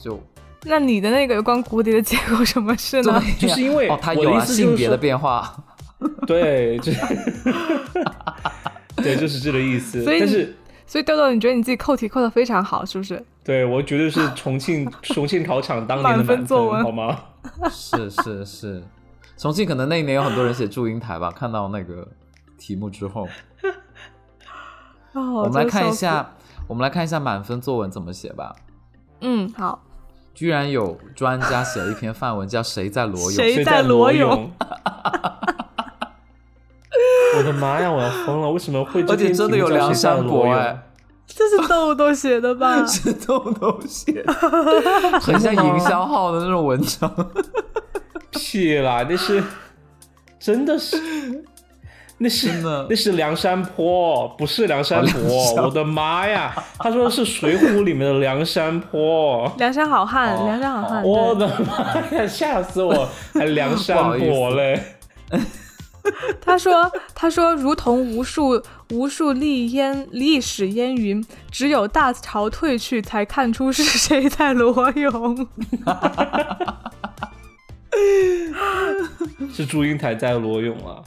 Speaker 2: 就
Speaker 3: 那你的那个关蝴蝶的结果什么事
Speaker 2: 对
Speaker 3: 呢
Speaker 2: 呀？
Speaker 1: 就是因为
Speaker 2: 哦，他
Speaker 1: 我的
Speaker 2: 有
Speaker 1: 意
Speaker 2: 了
Speaker 1: 思就是
Speaker 2: 性别的
Speaker 1: 说
Speaker 2: 变化，
Speaker 1: 对，就是， 对，就是这个意思。
Speaker 3: 所以
Speaker 1: 但
Speaker 3: 你
Speaker 1: 是，
Speaker 3: 所以豆豆，你觉得你自己扣题扣的非常好，是不是？
Speaker 1: 对我绝对是重庆 重庆考场当年的
Speaker 3: 满分
Speaker 1: 满
Speaker 3: 作文
Speaker 1: 好 吗？
Speaker 2: 是是是，重庆可能那一年有很多人写祝英台吧，看到那个题目之后，
Speaker 3: 哦，
Speaker 2: 我们来
Speaker 3: 真
Speaker 2: 看一
Speaker 3: 笑死，
Speaker 2: 下，我们来看一下满分作文怎么写吧。
Speaker 3: 嗯，好，
Speaker 2: 居然有专家写了一篇范文，叫《谁在裸泳》。
Speaker 3: 谁
Speaker 1: 谁
Speaker 3: 在裸
Speaker 1: 裸
Speaker 3: 泳？？
Speaker 1: 我的妈呀！我要疯了！为什么会这
Speaker 2: 而且
Speaker 1: 篇
Speaker 2: 真的
Speaker 1: 题目叫
Speaker 2: 有梁
Speaker 1: 谁在
Speaker 2: 山伯
Speaker 1: 裸泳
Speaker 2: 哎，
Speaker 3: 这是豆豆写 的吧
Speaker 2: 是豆豆 写的，很像营销号的那种文章。
Speaker 1: 屁啦！那是真的是，那是
Speaker 2: 真的
Speaker 1: 那是梁山坡，不是梁山
Speaker 2: 哦梁
Speaker 1: 伯！
Speaker 2: 山
Speaker 1: 我的妈呀！他说的是《水浒》里面的梁山坡。
Speaker 3: 梁山好汉，
Speaker 2: 哦
Speaker 3: 梁山好汉，
Speaker 1: 我
Speaker 3: 对
Speaker 1: 的妈呀！吓死我，还梁
Speaker 2: 不好
Speaker 1: 山
Speaker 2: 意思
Speaker 1: 伯嘞！
Speaker 3: 他说：“他说，如同无数无数历烟历史烟云，只有大潮退去，才看出是谁在裸泳。
Speaker 1: 是祝英台在裸泳啊！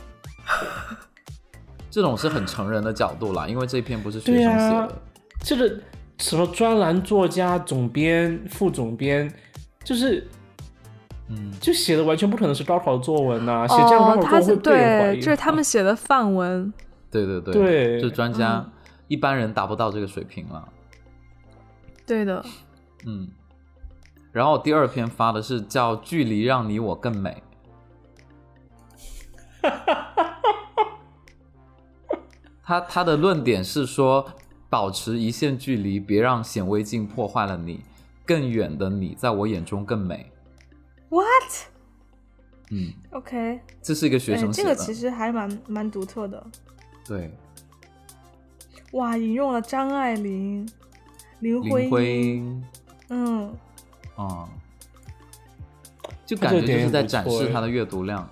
Speaker 2: 这种是很成人的角度啦，因为这篇不是学生写
Speaker 1: 对
Speaker 2: 的
Speaker 1: 啊。这个什么专栏作家、总编、副总编，就是
Speaker 2: 嗯，
Speaker 1: 就写的完全不可能是高考作文呐、啊写这样高考
Speaker 3: 哦，
Speaker 1: 作
Speaker 3: 他
Speaker 1: 文
Speaker 3: 是
Speaker 1: 会被人怀疑
Speaker 3: 对，
Speaker 1: 的。
Speaker 3: 这是他们写的范文。
Speaker 2: 对对对，
Speaker 1: 对
Speaker 2: 就专家、
Speaker 3: 嗯
Speaker 2: 一般人达不到这个水平了。
Speaker 3: 对的，
Speaker 2: 嗯，然后我第二篇发的是叫《距离让你我更 美》。他他的论点是说，保持一线距离，别让显微镜破坏了你。更远的你，在我眼中更美。
Speaker 3: What？
Speaker 2: 嗯，
Speaker 3: OK，
Speaker 2: 哎这是一个
Speaker 3: 哎
Speaker 2: 学生写的。
Speaker 3: 实还蛮蛮独特的。
Speaker 2: 对，
Speaker 3: 哇，引用了张爱玲、林
Speaker 2: 林徽因
Speaker 3: 嗯，
Speaker 2: 啊、就
Speaker 1: 他
Speaker 2: 感
Speaker 1: 这个
Speaker 2: 觉就
Speaker 1: 点
Speaker 2: 是
Speaker 1: 也
Speaker 2: 在
Speaker 1: 不
Speaker 2: 展
Speaker 1: 错哎
Speaker 2: 示
Speaker 1: 诶
Speaker 2: 他的阅读量。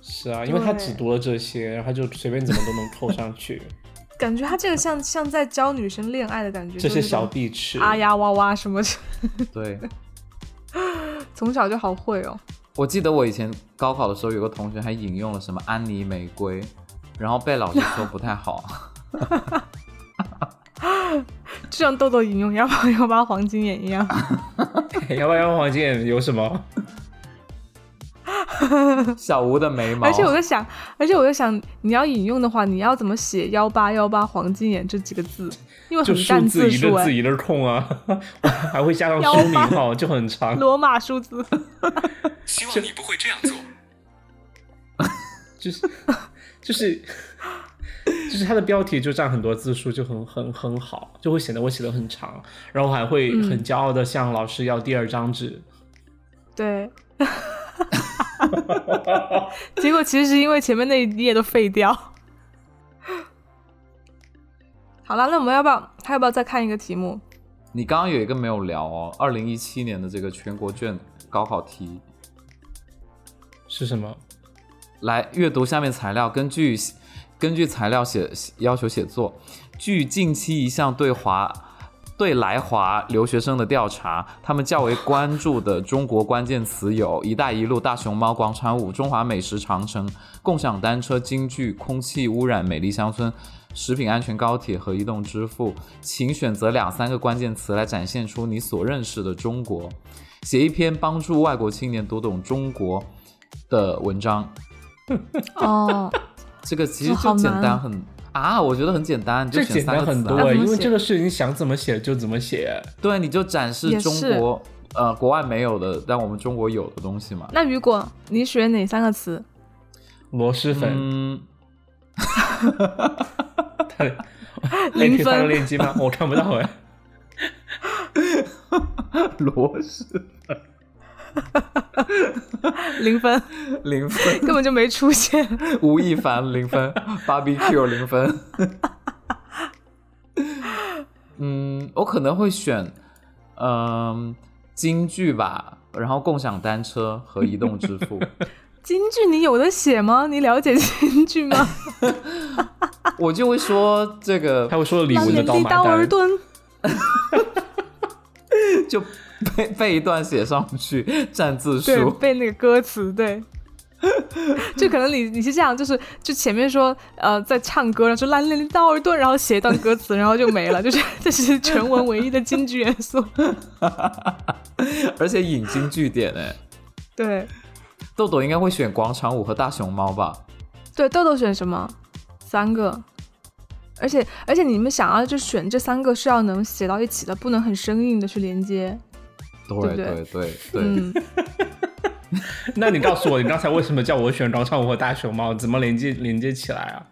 Speaker 1: 是啊，因为他
Speaker 3: 对
Speaker 1: 只读了这些，然后就随便怎么都 能扣上去，
Speaker 3: 感觉他这个像像在教女生恋爱的感觉，
Speaker 1: 这
Speaker 3: 就
Speaker 1: 些
Speaker 3: 是那
Speaker 1: 小
Speaker 3: 种
Speaker 1: 壁纸。
Speaker 3: 啊呀哇哇什么，
Speaker 2: 对，
Speaker 3: 从小就好会哦。
Speaker 2: 我记得我以前高考的时候，有个同学还引用了什么安妮玫瑰，然后被老师说不太好。
Speaker 3: 就像豆豆引用幺八幺八黄金眼一样。
Speaker 1: 幺八幺黄金有什么？
Speaker 2: 小吴的眉毛，
Speaker 3: 而且我在想，而且我在想，你要引用的话，你要怎么写幺八幺八黄金眼这几个字？因为
Speaker 1: 就
Speaker 3: 很
Speaker 1: 数
Speaker 3: 占
Speaker 1: 字一
Speaker 3: 数
Speaker 1: 个字
Speaker 3: 哎，
Speaker 1: 一个空啊， 我还会加上
Speaker 3: 幺
Speaker 1: 书
Speaker 3: 八
Speaker 1: 名号，就很长。
Speaker 3: 罗马数字。
Speaker 4: 希望你不会这样做。
Speaker 1: 就是 就是就是它的标题就占很多字数，就很很很好，就会显得我写的很长，然后还会
Speaker 3: 嗯
Speaker 1: 很骄傲的向老师要第二张纸。
Speaker 3: 对。 结果其实是因为前面那一页都废掉。 好了，那我们要不要还要不要再看一个题目？
Speaker 2: 你刚刚有一个没有聊哦，二零一七年的这个全国卷高考题，
Speaker 1: 是什么？
Speaker 2: 来阅读下面材料，根据根据材料写要求写作，据近期一项对华。对来华留学生的调查，他们较为关注的中国关键词有“一带一路”、“大熊猫”、“广场舞”、“中华美食”、“长城”、“共享单车”、“京剧”、“空气污染”、“美丽乡村”、“食品安全”、“高铁”和“移动支付”。请选择两三个关键词来展现出你所认识的中国。写一篇帮助外国青年读懂中国的文章。
Speaker 3: 哦，
Speaker 2: 这个其
Speaker 3: 哦
Speaker 2: 实
Speaker 3: 好
Speaker 2: 就简
Speaker 3: 难
Speaker 2: 单很啊，我觉得很简单，你就
Speaker 1: 这
Speaker 2: 选
Speaker 1: 简
Speaker 2: 三
Speaker 1: 单
Speaker 2: 个词、啊。
Speaker 1: 很多、欸
Speaker 3: 啊怎么
Speaker 1: 因为
Speaker 3: 写
Speaker 1: 这个事情想怎么写就怎么写。
Speaker 2: 对，你就展示
Speaker 3: 也
Speaker 2: 中
Speaker 3: 是
Speaker 2: 国呃国外没有的，但我们中国有的东西嘛。
Speaker 3: 那雨果，你选哪三个词？
Speaker 1: 螺蛳粉，
Speaker 2: 嗯，
Speaker 1: 他可
Speaker 3: 零
Speaker 1: 以发个
Speaker 3: 分
Speaker 1: 链接吗？我看不到哎。
Speaker 2: 螺蛳
Speaker 3: 零分，
Speaker 2: 零分，
Speaker 3: 根本就没出现。
Speaker 2: 吴亦凡 零分，BBQ 零分。嗯，我可能会选嗯、京剧吧，然后共享单车和移动支 付。
Speaker 3: 京剧你有的写吗？你了解京剧吗？
Speaker 2: 我就会说这个
Speaker 1: 他会说 李
Speaker 3: 当
Speaker 1: 玟的
Speaker 3: 年
Speaker 1: 刀
Speaker 3: 地
Speaker 1: 马
Speaker 3: 刀而
Speaker 1: 旦，
Speaker 3: 蹲，
Speaker 2: 就背背一段写上去，占字
Speaker 3: 对，
Speaker 2: 数。
Speaker 3: 背那个歌 词，对。就可能你你是这样，就是就前面说呃在唱歌，然后说拉练刀而顿，然后写一段歌词，然后就没了， 就是这是全文唯一的京剧元 素。
Speaker 2: 而且引经据典哎，
Speaker 3: 对
Speaker 2: 豆豆应该会选广场舞和大熊猫吧？
Speaker 3: 对，豆豆选什么？三个，而且而且你们想要就选这三个是要能写到一起的，不能很生硬的去连接。
Speaker 2: 对
Speaker 3: 对
Speaker 2: 对对对，
Speaker 3: 嗯，
Speaker 1: 那你告诉我，你刚才为什么叫我选广场舞和大熊猫？怎么连接连接起来啊？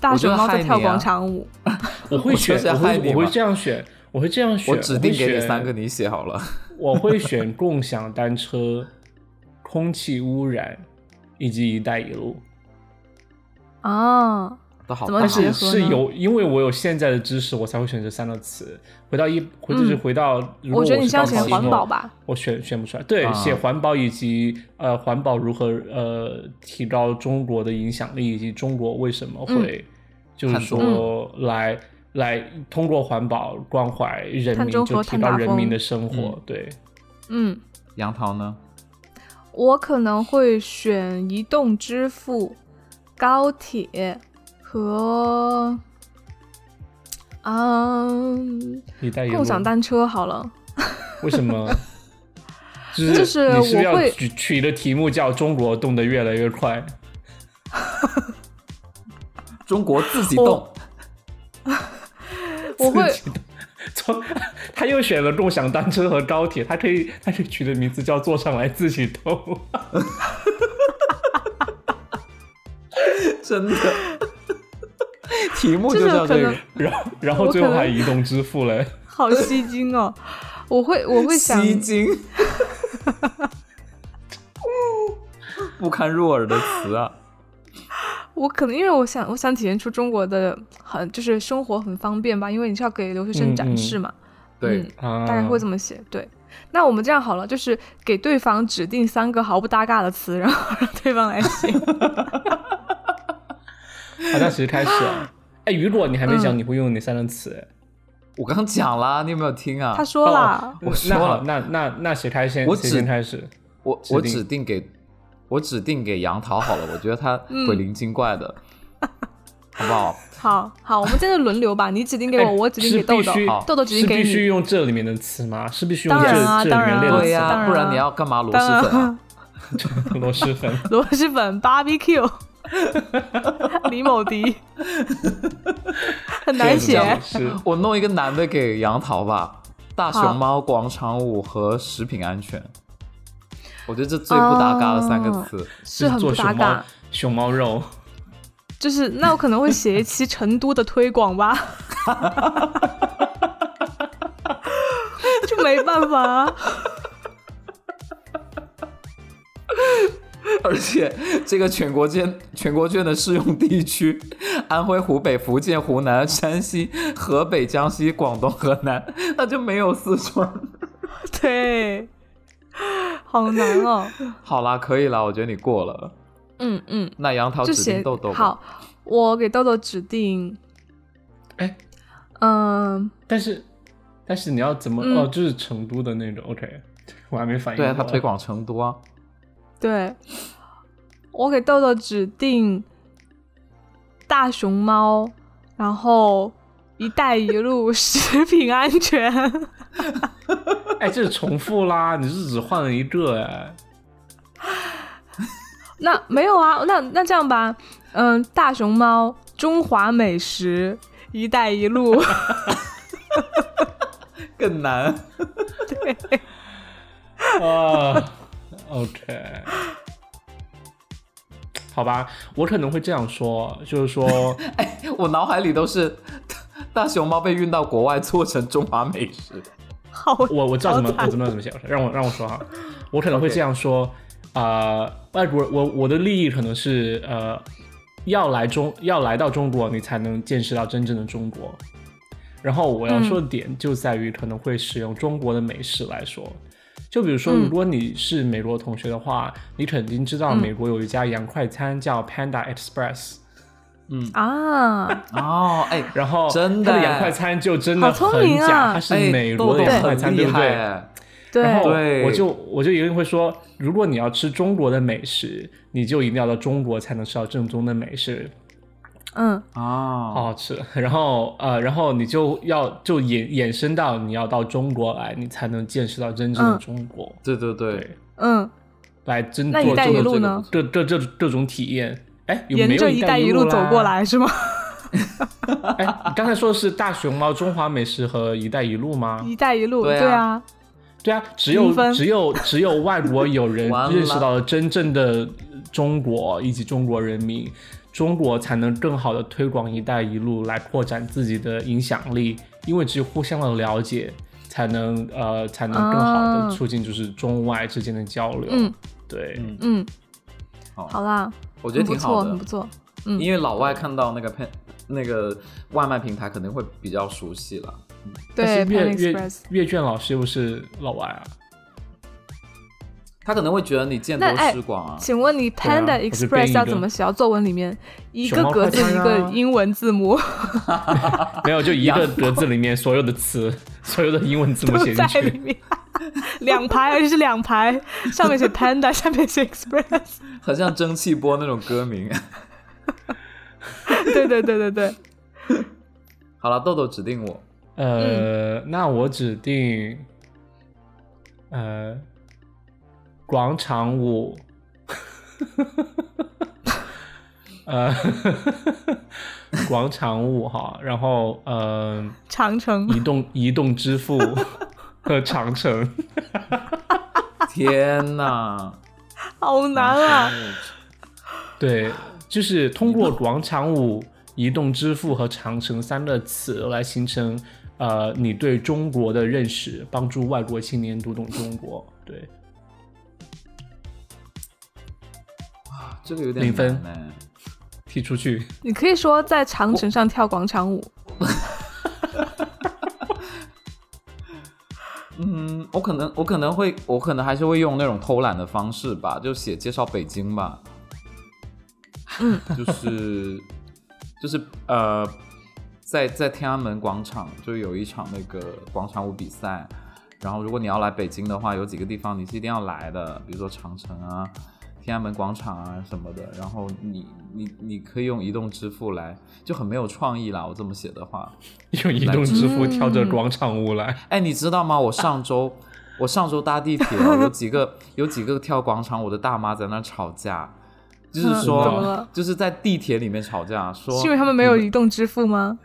Speaker 3: 大熊猫在
Speaker 2: 我觉得害
Speaker 3: 跳
Speaker 2: 你啊
Speaker 3: 广场舞，
Speaker 1: 我会选
Speaker 2: 我就是，
Speaker 1: 我
Speaker 2: 要害
Speaker 1: 会
Speaker 2: 你
Speaker 1: 我会
Speaker 2: 嘛
Speaker 1: 这样选，我会这样选。
Speaker 2: 我指定
Speaker 1: 会
Speaker 2: 给你
Speaker 1: 选
Speaker 2: 三个，你写好了。
Speaker 1: 我会选共享单车、空气污染以及“一带一路
Speaker 3: 啊，
Speaker 2: 都好
Speaker 3: 怎么
Speaker 2: 棒
Speaker 3: 结”
Speaker 1: 是。
Speaker 3: 合
Speaker 1: 是
Speaker 3: 呢
Speaker 1: 有，因为我有现在的知识，我才会选这三个词。回到一，回就是
Speaker 3: 嗯
Speaker 1: 回到，如果
Speaker 3: 我觉得你
Speaker 1: 是
Speaker 3: 是要
Speaker 1: 高
Speaker 3: 选
Speaker 1: 考
Speaker 3: 环
Speaker 1: 生
Speaker 3: 保吧？
Speaker 1: 我选选不出来。对，
Speaker 2: 啊
Speaker 1: 写环保以及呃环保如何呃提高中国的影响力，以及中国为什么
Speaker 3: 嗯
Speaker 1: 会、就是
Speaker 2: 看中
Speaker 1: 说来、来通过环保关怀人
Speaker 3: 看
Speaker 1: 民，
Speaker 3: 中
Speaker 1: 就
Speaker 3: 国
Speaker 1: 提
Speaker 3: 看
Speaker 1: 高
Speaker 3: 大
Speaker 1: 人民
Speaker 3: 风
Speaker 1: 的生活。
Speaker 2: 嗯
Speaker 1: 对，
Speaker 3: 嗯。
Speaker 2: 杨桃呢？
Speaker 3: 我可能会选移动支付、高铁和嗯
Speaker 1: 一带一路
Speaker 3: 共。享单车好了。
Speaker 1: 为什 么？就
Speaker 3: 就是是
Speaker 1: 你是不是
Speaker 3: 我
Speaker 1: 要
Speaker 3: 会
Speaker 1: 取取一个题目叫“中国动得越来越快
Speaker 2: 中国自己
Speaker 3: 我
Speaker 2: 动，
Speaker 3: 我会”？
Speaker 1: 从他又选了共享单车和高铁，他可以他可以取的名字叫“坐上来自己动
Speaker 2: 真 的。题目
Speaker 3: 就是
Speaker 2: 叫这
Speaker 3: 可
Speaker 2: 个
Speaker 3: 能，”，
Speaker 1: 然后然后
Speaker 3: 我
Speaker 1: 最后
Speaker 3: 可能
Speaker 1: 还移动支付嘞。
Speaker 3: 好吸睛哦！我会我 会想，
Speaker 2: 吸 睛，不堪入耳的词啊！
Speaker 3: 我可能因为我想我想体现出中国的很就是生活很方便吧，因为你是要给留学生
Speaker 1: 嗯
Speaker 3: 展
Speaker 1: 嗯
Speaker 3: 示嘛。
Speaker 2: 对，
Speaker 3: 嗯
Speaker 1: 啊，
Speaker 3: 大概会这么写。对，那我们这样好了，就是给对方指定三个毫不搭嘎的词，然后让对方来写。嗯
Speaker 1: 好像其实开始了。 哎，雨果，你还没讲你会用哪三个词？
Speaker 2: 我刚讲啦，你有没有听啊？
Speaker 3: 他说啦，
Speaker 2: 我
Speaker 1: 哦
Speaker 2: 说
Speaker 1: 那好
Speaker 2: 了，
Speaker 1: 那那那谁开先？
Speaker 2: 我
Speaker 1: 谁
Speaker 2: 只
Speaker 1: 先开始？
Speaker 2: 我
Speaker 1: 指
Speaker 2: 我
Speaker 1: 定
Speaker 2: 指定给，我指定给杨桃好了，我觉得他
Speaker 3: 嗯
Speaker 2: 鬼灵精怪 的，好不好？
Speaker 3: 好好，我们现在轮流吧，你指定给我，
Speaker 1: 哎
Speaker 3: 我指定给豆
Speaker 1: 是必
Speaker 3: 豆
Speaker 1: 须，
Speaker 3: 豆
Speaker 2: 哦
Speaker 3: 豆指定
Speaker 1: 是
Speaker 3: 给
Speaker 1: 必须
Speaker 3: 你。
Speaker 1: 用这里面的词吗？是必须用
Speaker 3: 当
Speaker 1: 这
Speaker 3: 然啊
Speaker 1: 这里面列
Speaker 3: 当然啊
Speaker 2: 对呀、
Speaker 3: 当然啊
Speaker 2: 不然你要干嘛螺
Speaker 3: 当
Speaker 2: 蛳粉啊
Speaker 3: 然？，
Speaker 1: 的螺蛳粉？
Speaker 3: 螺蛳粉、BBQ、李 某迪，很 难
Speaker 1: 这样
Speaker 3: 写。
Speaker 1: 是
Speaker 2: 我弄一个男的给杨桃吧，大熊猫、广场舞和食品安全。我觉得这最不搭嘎的三个词，
Speaker 1: 就是
Speaker 3: 很
Speaker 1: 做
Speaker 3: 不搭
Speaker 1: 熊猫
Speaker 3: 嘎，
Speaker 1: 熊猫肉。
Speaker 3: 就是那我可能会写一期成都的推广吧， 就没办法啊，
Speaker 2: 而且这个全国卷全国卷的适用地区，安徽、湖北、福建、湖南、山西、河北、江西、广东、河南，那就没有四川。
Speaker 3: 对，好难哦。
Speaker 2: 好啦，可以啦，我觉得你过了。
Speaker 3: 嗯嗯，
Speaker 2: 那杨桃
Speaker 3: 就
Speaker 2: 指
Speaker 3: 写
Speaker 2: 定豆豆吧，
Speaker 3: 好，我给豆豆指定，
Speaker 1: 哎，
Speaker 3: 嗯、
Speaker 1: 但是但是你要怎么？
Speaker 3: 嗯
Speaker 1: 哦，这是成都的那种。OK，我还没反应过
Speaker 2: 对
Speaker 1: 来。
Speaker 2: 啊，他推广成都啊，
Speaker 3: 对，我给豆豆指定大熊猫，然后“一带一 路”食品安全。
Speaker 1: 哎，这是重复啦，你是只换了一个哎。
Speaker 3: 那没有啊，那那这样吧，嗯，大熊猫、中华美食、“一带一 路
Speaker 2: 更难。”，
Speaker 3: 对，
Speaker 1: 啊，OK，好吧，我可能会这样说，就是说，
Speaker 2: 我脑海里都是大大熊猫被运到国外做成中华美食。
Speaker 3: 好，
Speaker 1: 我我知道怎么
Speaker 3: 好
Speaker 1: 我
Speaker 3: 惨
Speaker 1: 怎么怎么想，让我让我说哈，我可能会这样说，啊，外国人我我的利益可能是呃，要来中要来到中国，你才能见识到真正的中国。然后我要
Speaker 3: 嗯
Speaker 1: 说的点就在于可能会使用中国的美食来说，就比如说，
Speaker 3: 嗯
Speaker 1: 如果你是美国同学的话，你肯定知道
Speaker 3: 嗯
Speaker 1: 美国有一家洋快餐叫 Panda Express。
Speaker 3: 啊，
Speaker 2: 哦，哎，
Speaker 1: 然后
Speaker 2: 真的哎
Speaker 1: 它的洋快餐就真的
Speaker 3: 好聪
Speaker 1: 很
Speaker 3: 明
Speaker 1: 假，
Speaker 3: 啊
Speaker 1: 它 是美国的
Speaker 2: 豆豆
Speaker 1: 洋快餐，
Speaker 2: 很
Speaker 1: 对
Speaker 2: 厉
Speaker 1: 不
Speaker 2: 害
Speaker 1: 对？
Speaker 2: 哎。
Speaker 1: 然后
Speaker 3: 对，
Speaker 2: 对
Speaker 1: 我就我就一定会说，如果你要吃中国的美食，你就一定要到中国才能吃到正宗的美食，
Speaker 3: 嗯，
Speaker 1: 好
Speaker 2: 哦，
Speaker 1: 好吃。然后呃，然后你就要就衍衍生到你要到中国来，你才能见识到真正的
Speaker 3: 嗯
Speaker 1: 中国，
Speaker 2: 对对对，
Speaker 1: 对，
Speaker 3: 嗯，
Speaker 1: 来真
Speaker 3: 那
Speaker 1: 做
Speaker 3: 一带
Speaker 1: 这
Speaker 3: 一
Speaker 1: 个
Speaker 3: 路呢？
Speaker 1: 这这这这种体验。哎，有没有
Speaker 3: 沿着“
Speaker 1: 一
Speaker 3: 带
Speaker 1: 带
Speaker 3: 一
Speaker 1: 路
Speaker 3: 走
Speaker 1: 啦
Speaker 3: 过？来 是吗？
Speaker 1: 哎，你刚才说的是大熊猫、中华美食和“一带一路”吗？
Speaker 3: 一带一路，
Speaker 2: 对啊
Speaker 3: 对啊，
Speaker 1: 对啊，只
Speaker 3: 评
Speaker 1: 有
Speaker 3: 分
Speaker 1: 只有只有外国友 人
Speaker 2: 完了
Speaker 1: 认识到了真正的中国以及中国人民，中国才能更好的推广“一带一路”来扩展自己的影响力，因为只有互相的了解，才能呃才能更好
Speaker 3: 啊
Speaker 1: 的促进就是中外之间的交流。
Speaker 3: 嗯
Speaker 1: 对，
Speaker 2: 嗯，
Speaker 3: 嗯，
Speaker 2: 好
Speaker 3: 好啦，
Speaker 2: 我
Speaker 3: 我
Speaker 2: 觉得挺好
Speaker 3: 很不
Speaker 2: 的，
Speaker 3: 错，很不错。嗯
Speaker 2: 因为老外看到那个 pen 那个外卖平台肯定会比较熟悉了。
Speaker 3: 对
Speaker 1: 但是阅
Speaker 3: Pan
Speaker 1: 阅
Speaker 3: Express，
Speaker 1: 阅卷老师又不是老外啊，
Speaker 2: 他可能会觉得你见多
Speaker 3: 那哎
Speaker 2: 识广啊，
Speaker 3: 请问你
Speaker 1: 对
Speaker 3: Panda
Speaker 1: 啊我就编
Speaker 3: Express
Speaker 1: 一
Speaker 3: 要
Speaker 1: 个
Speaker 3: 怎么写？要作文里面一
Speaker 1: 熊
Speaker 3: 个
Speaker 1: 猫
Speaker 3: 格子
Speaker 1: 快餐
Speaker 3: 一
Speaker 1: 啊
Speaker 3: 个英文字母
Speaker 1: 没有就一 个格子里面所有的词， 所有的英文字母
Speaker 3: 都
Speaker 1: 写进
Speaker 3: 在
Speaker 1: 去
Speaker 3: 里。面，两排而且是两排，上面 写 Panda，下面写 Express。
Speaker 2: 很像蒸汽波那种歌名。
Speaker 3: 对对对对对，
Speaker 2: 好了，豆豆指定我，
Speaker 1: 呃，那我指定，呃，广场舞， 呃，广场舞哈，然后呃，
Speaker 3: 长城
Speaker 1: 移动移动支付和长城，
Speaker 2: 天哪，哎
Speaker 3: 好难啊！
Speaker 1: 对，就是通过广场舞、移动支付和长城三个词来形成呃你对中国的认识，帮助外国青年读懂中国，对。
Speaker 2: 这个有点
Speaker 1: 零分
Speaker 2: 难哎
Speaker 1: 踢出去。
Speaker 3: 你可以说在长城上跳广场舞，
Speaker 2: 嗯，我可能我可能会我可能还是会用那种偷懒的方式吧，就写介绍北京吧。嗯，就是就是呃，在在天安门广场就有一场那个广场舞比赛，然后如果你要来北京的话，有几个地方你是一定要来的，比如说长城啊、天安门广场啊什么的。然后你你你可以用移动支付来，就很没有创意啦。我这么写的话，
Speaker 1: 用移动支付
Speaker 3: 嗯
Speaker 1: 跳着广场舞来，
Speaker 2: 哎，你知道吗？我上周我上周搭地铁哦、有几个有几个跳广场舞的大妈在那儿吵架，就是
Speaker 3: 嗯怎么
Speaker 2: 说
Speaker 3: 了
Speaker 2: 就是在地铁里面吵架，说
Speaker 1: 嗯
Speaker 3: 是因为他们没有移动支付吗？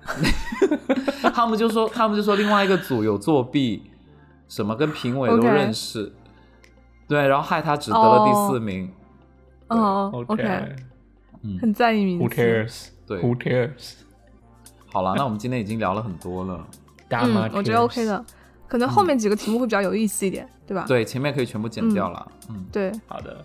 Speaker 2: 他们就说他们就说另外一个组有作弊，什么跟评委都
Speaker 3: OK
Speaker 2: 认识对，然后害他只得了
Speaker 3: 哦
Speaker 2: 第四名。
Speaker 3: 哦
Speaker 1: OK，
Speaker 2: 嗯，
Speaker 3: 很在意名嗯
Speaker 1: Who
Speaker 3: 字。
Speaker 1: cares？
Speaker 2: 对
Speaker 1: Who cares？
Speaker 2: 好了，那我们今天已经聊了很多了，
Speaker 1: 大妈
Speaker 3: 嗯
Speaker 1: cares，嗯
Speaker 3: 我觉得 OK 的，可能后面几个题目会比较有意思一点，对吧？
Speaker 2: 对，前面可以全部剪掉了。嗯，
Speaker 3: 对，
Speaker 1: 好的，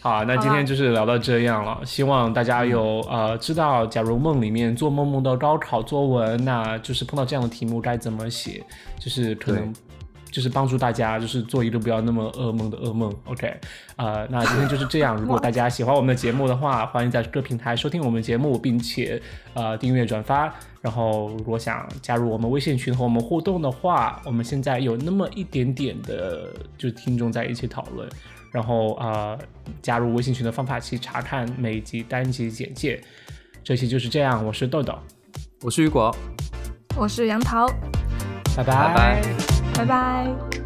Speaker 1: 好，那
Speaker 3: 好
Speaker 1: 今
Speaker 3: 啦
Speaker 1: 天就是聊到这样了。希望大家有呃知道，假如梦里面做梦梦到高考作文，那就是碰到这样的题目该怎么写，就是可能就是帮助大家，就是做一个不要那么噩梦的噩梦。OK，呃，那今天就是这样。如果大家喜欢我们的节目的话，欢迎在各平台收听我们节目，并且呃订阅转发。然后，如果想加入我们微信群和我们互动的话，我们现在有那么一点点的就听众在一起讨论。然后啊、呃加入微信群的方法，去查看每集单集简介。这期就是这样，我是豆豆，
Speaker 2: 我是雨果，哦
Speaker 3: 我是杨桃，
Speaker 1: 拜
Speaker 2: 拜拜。
Speaker 3: 拜拜。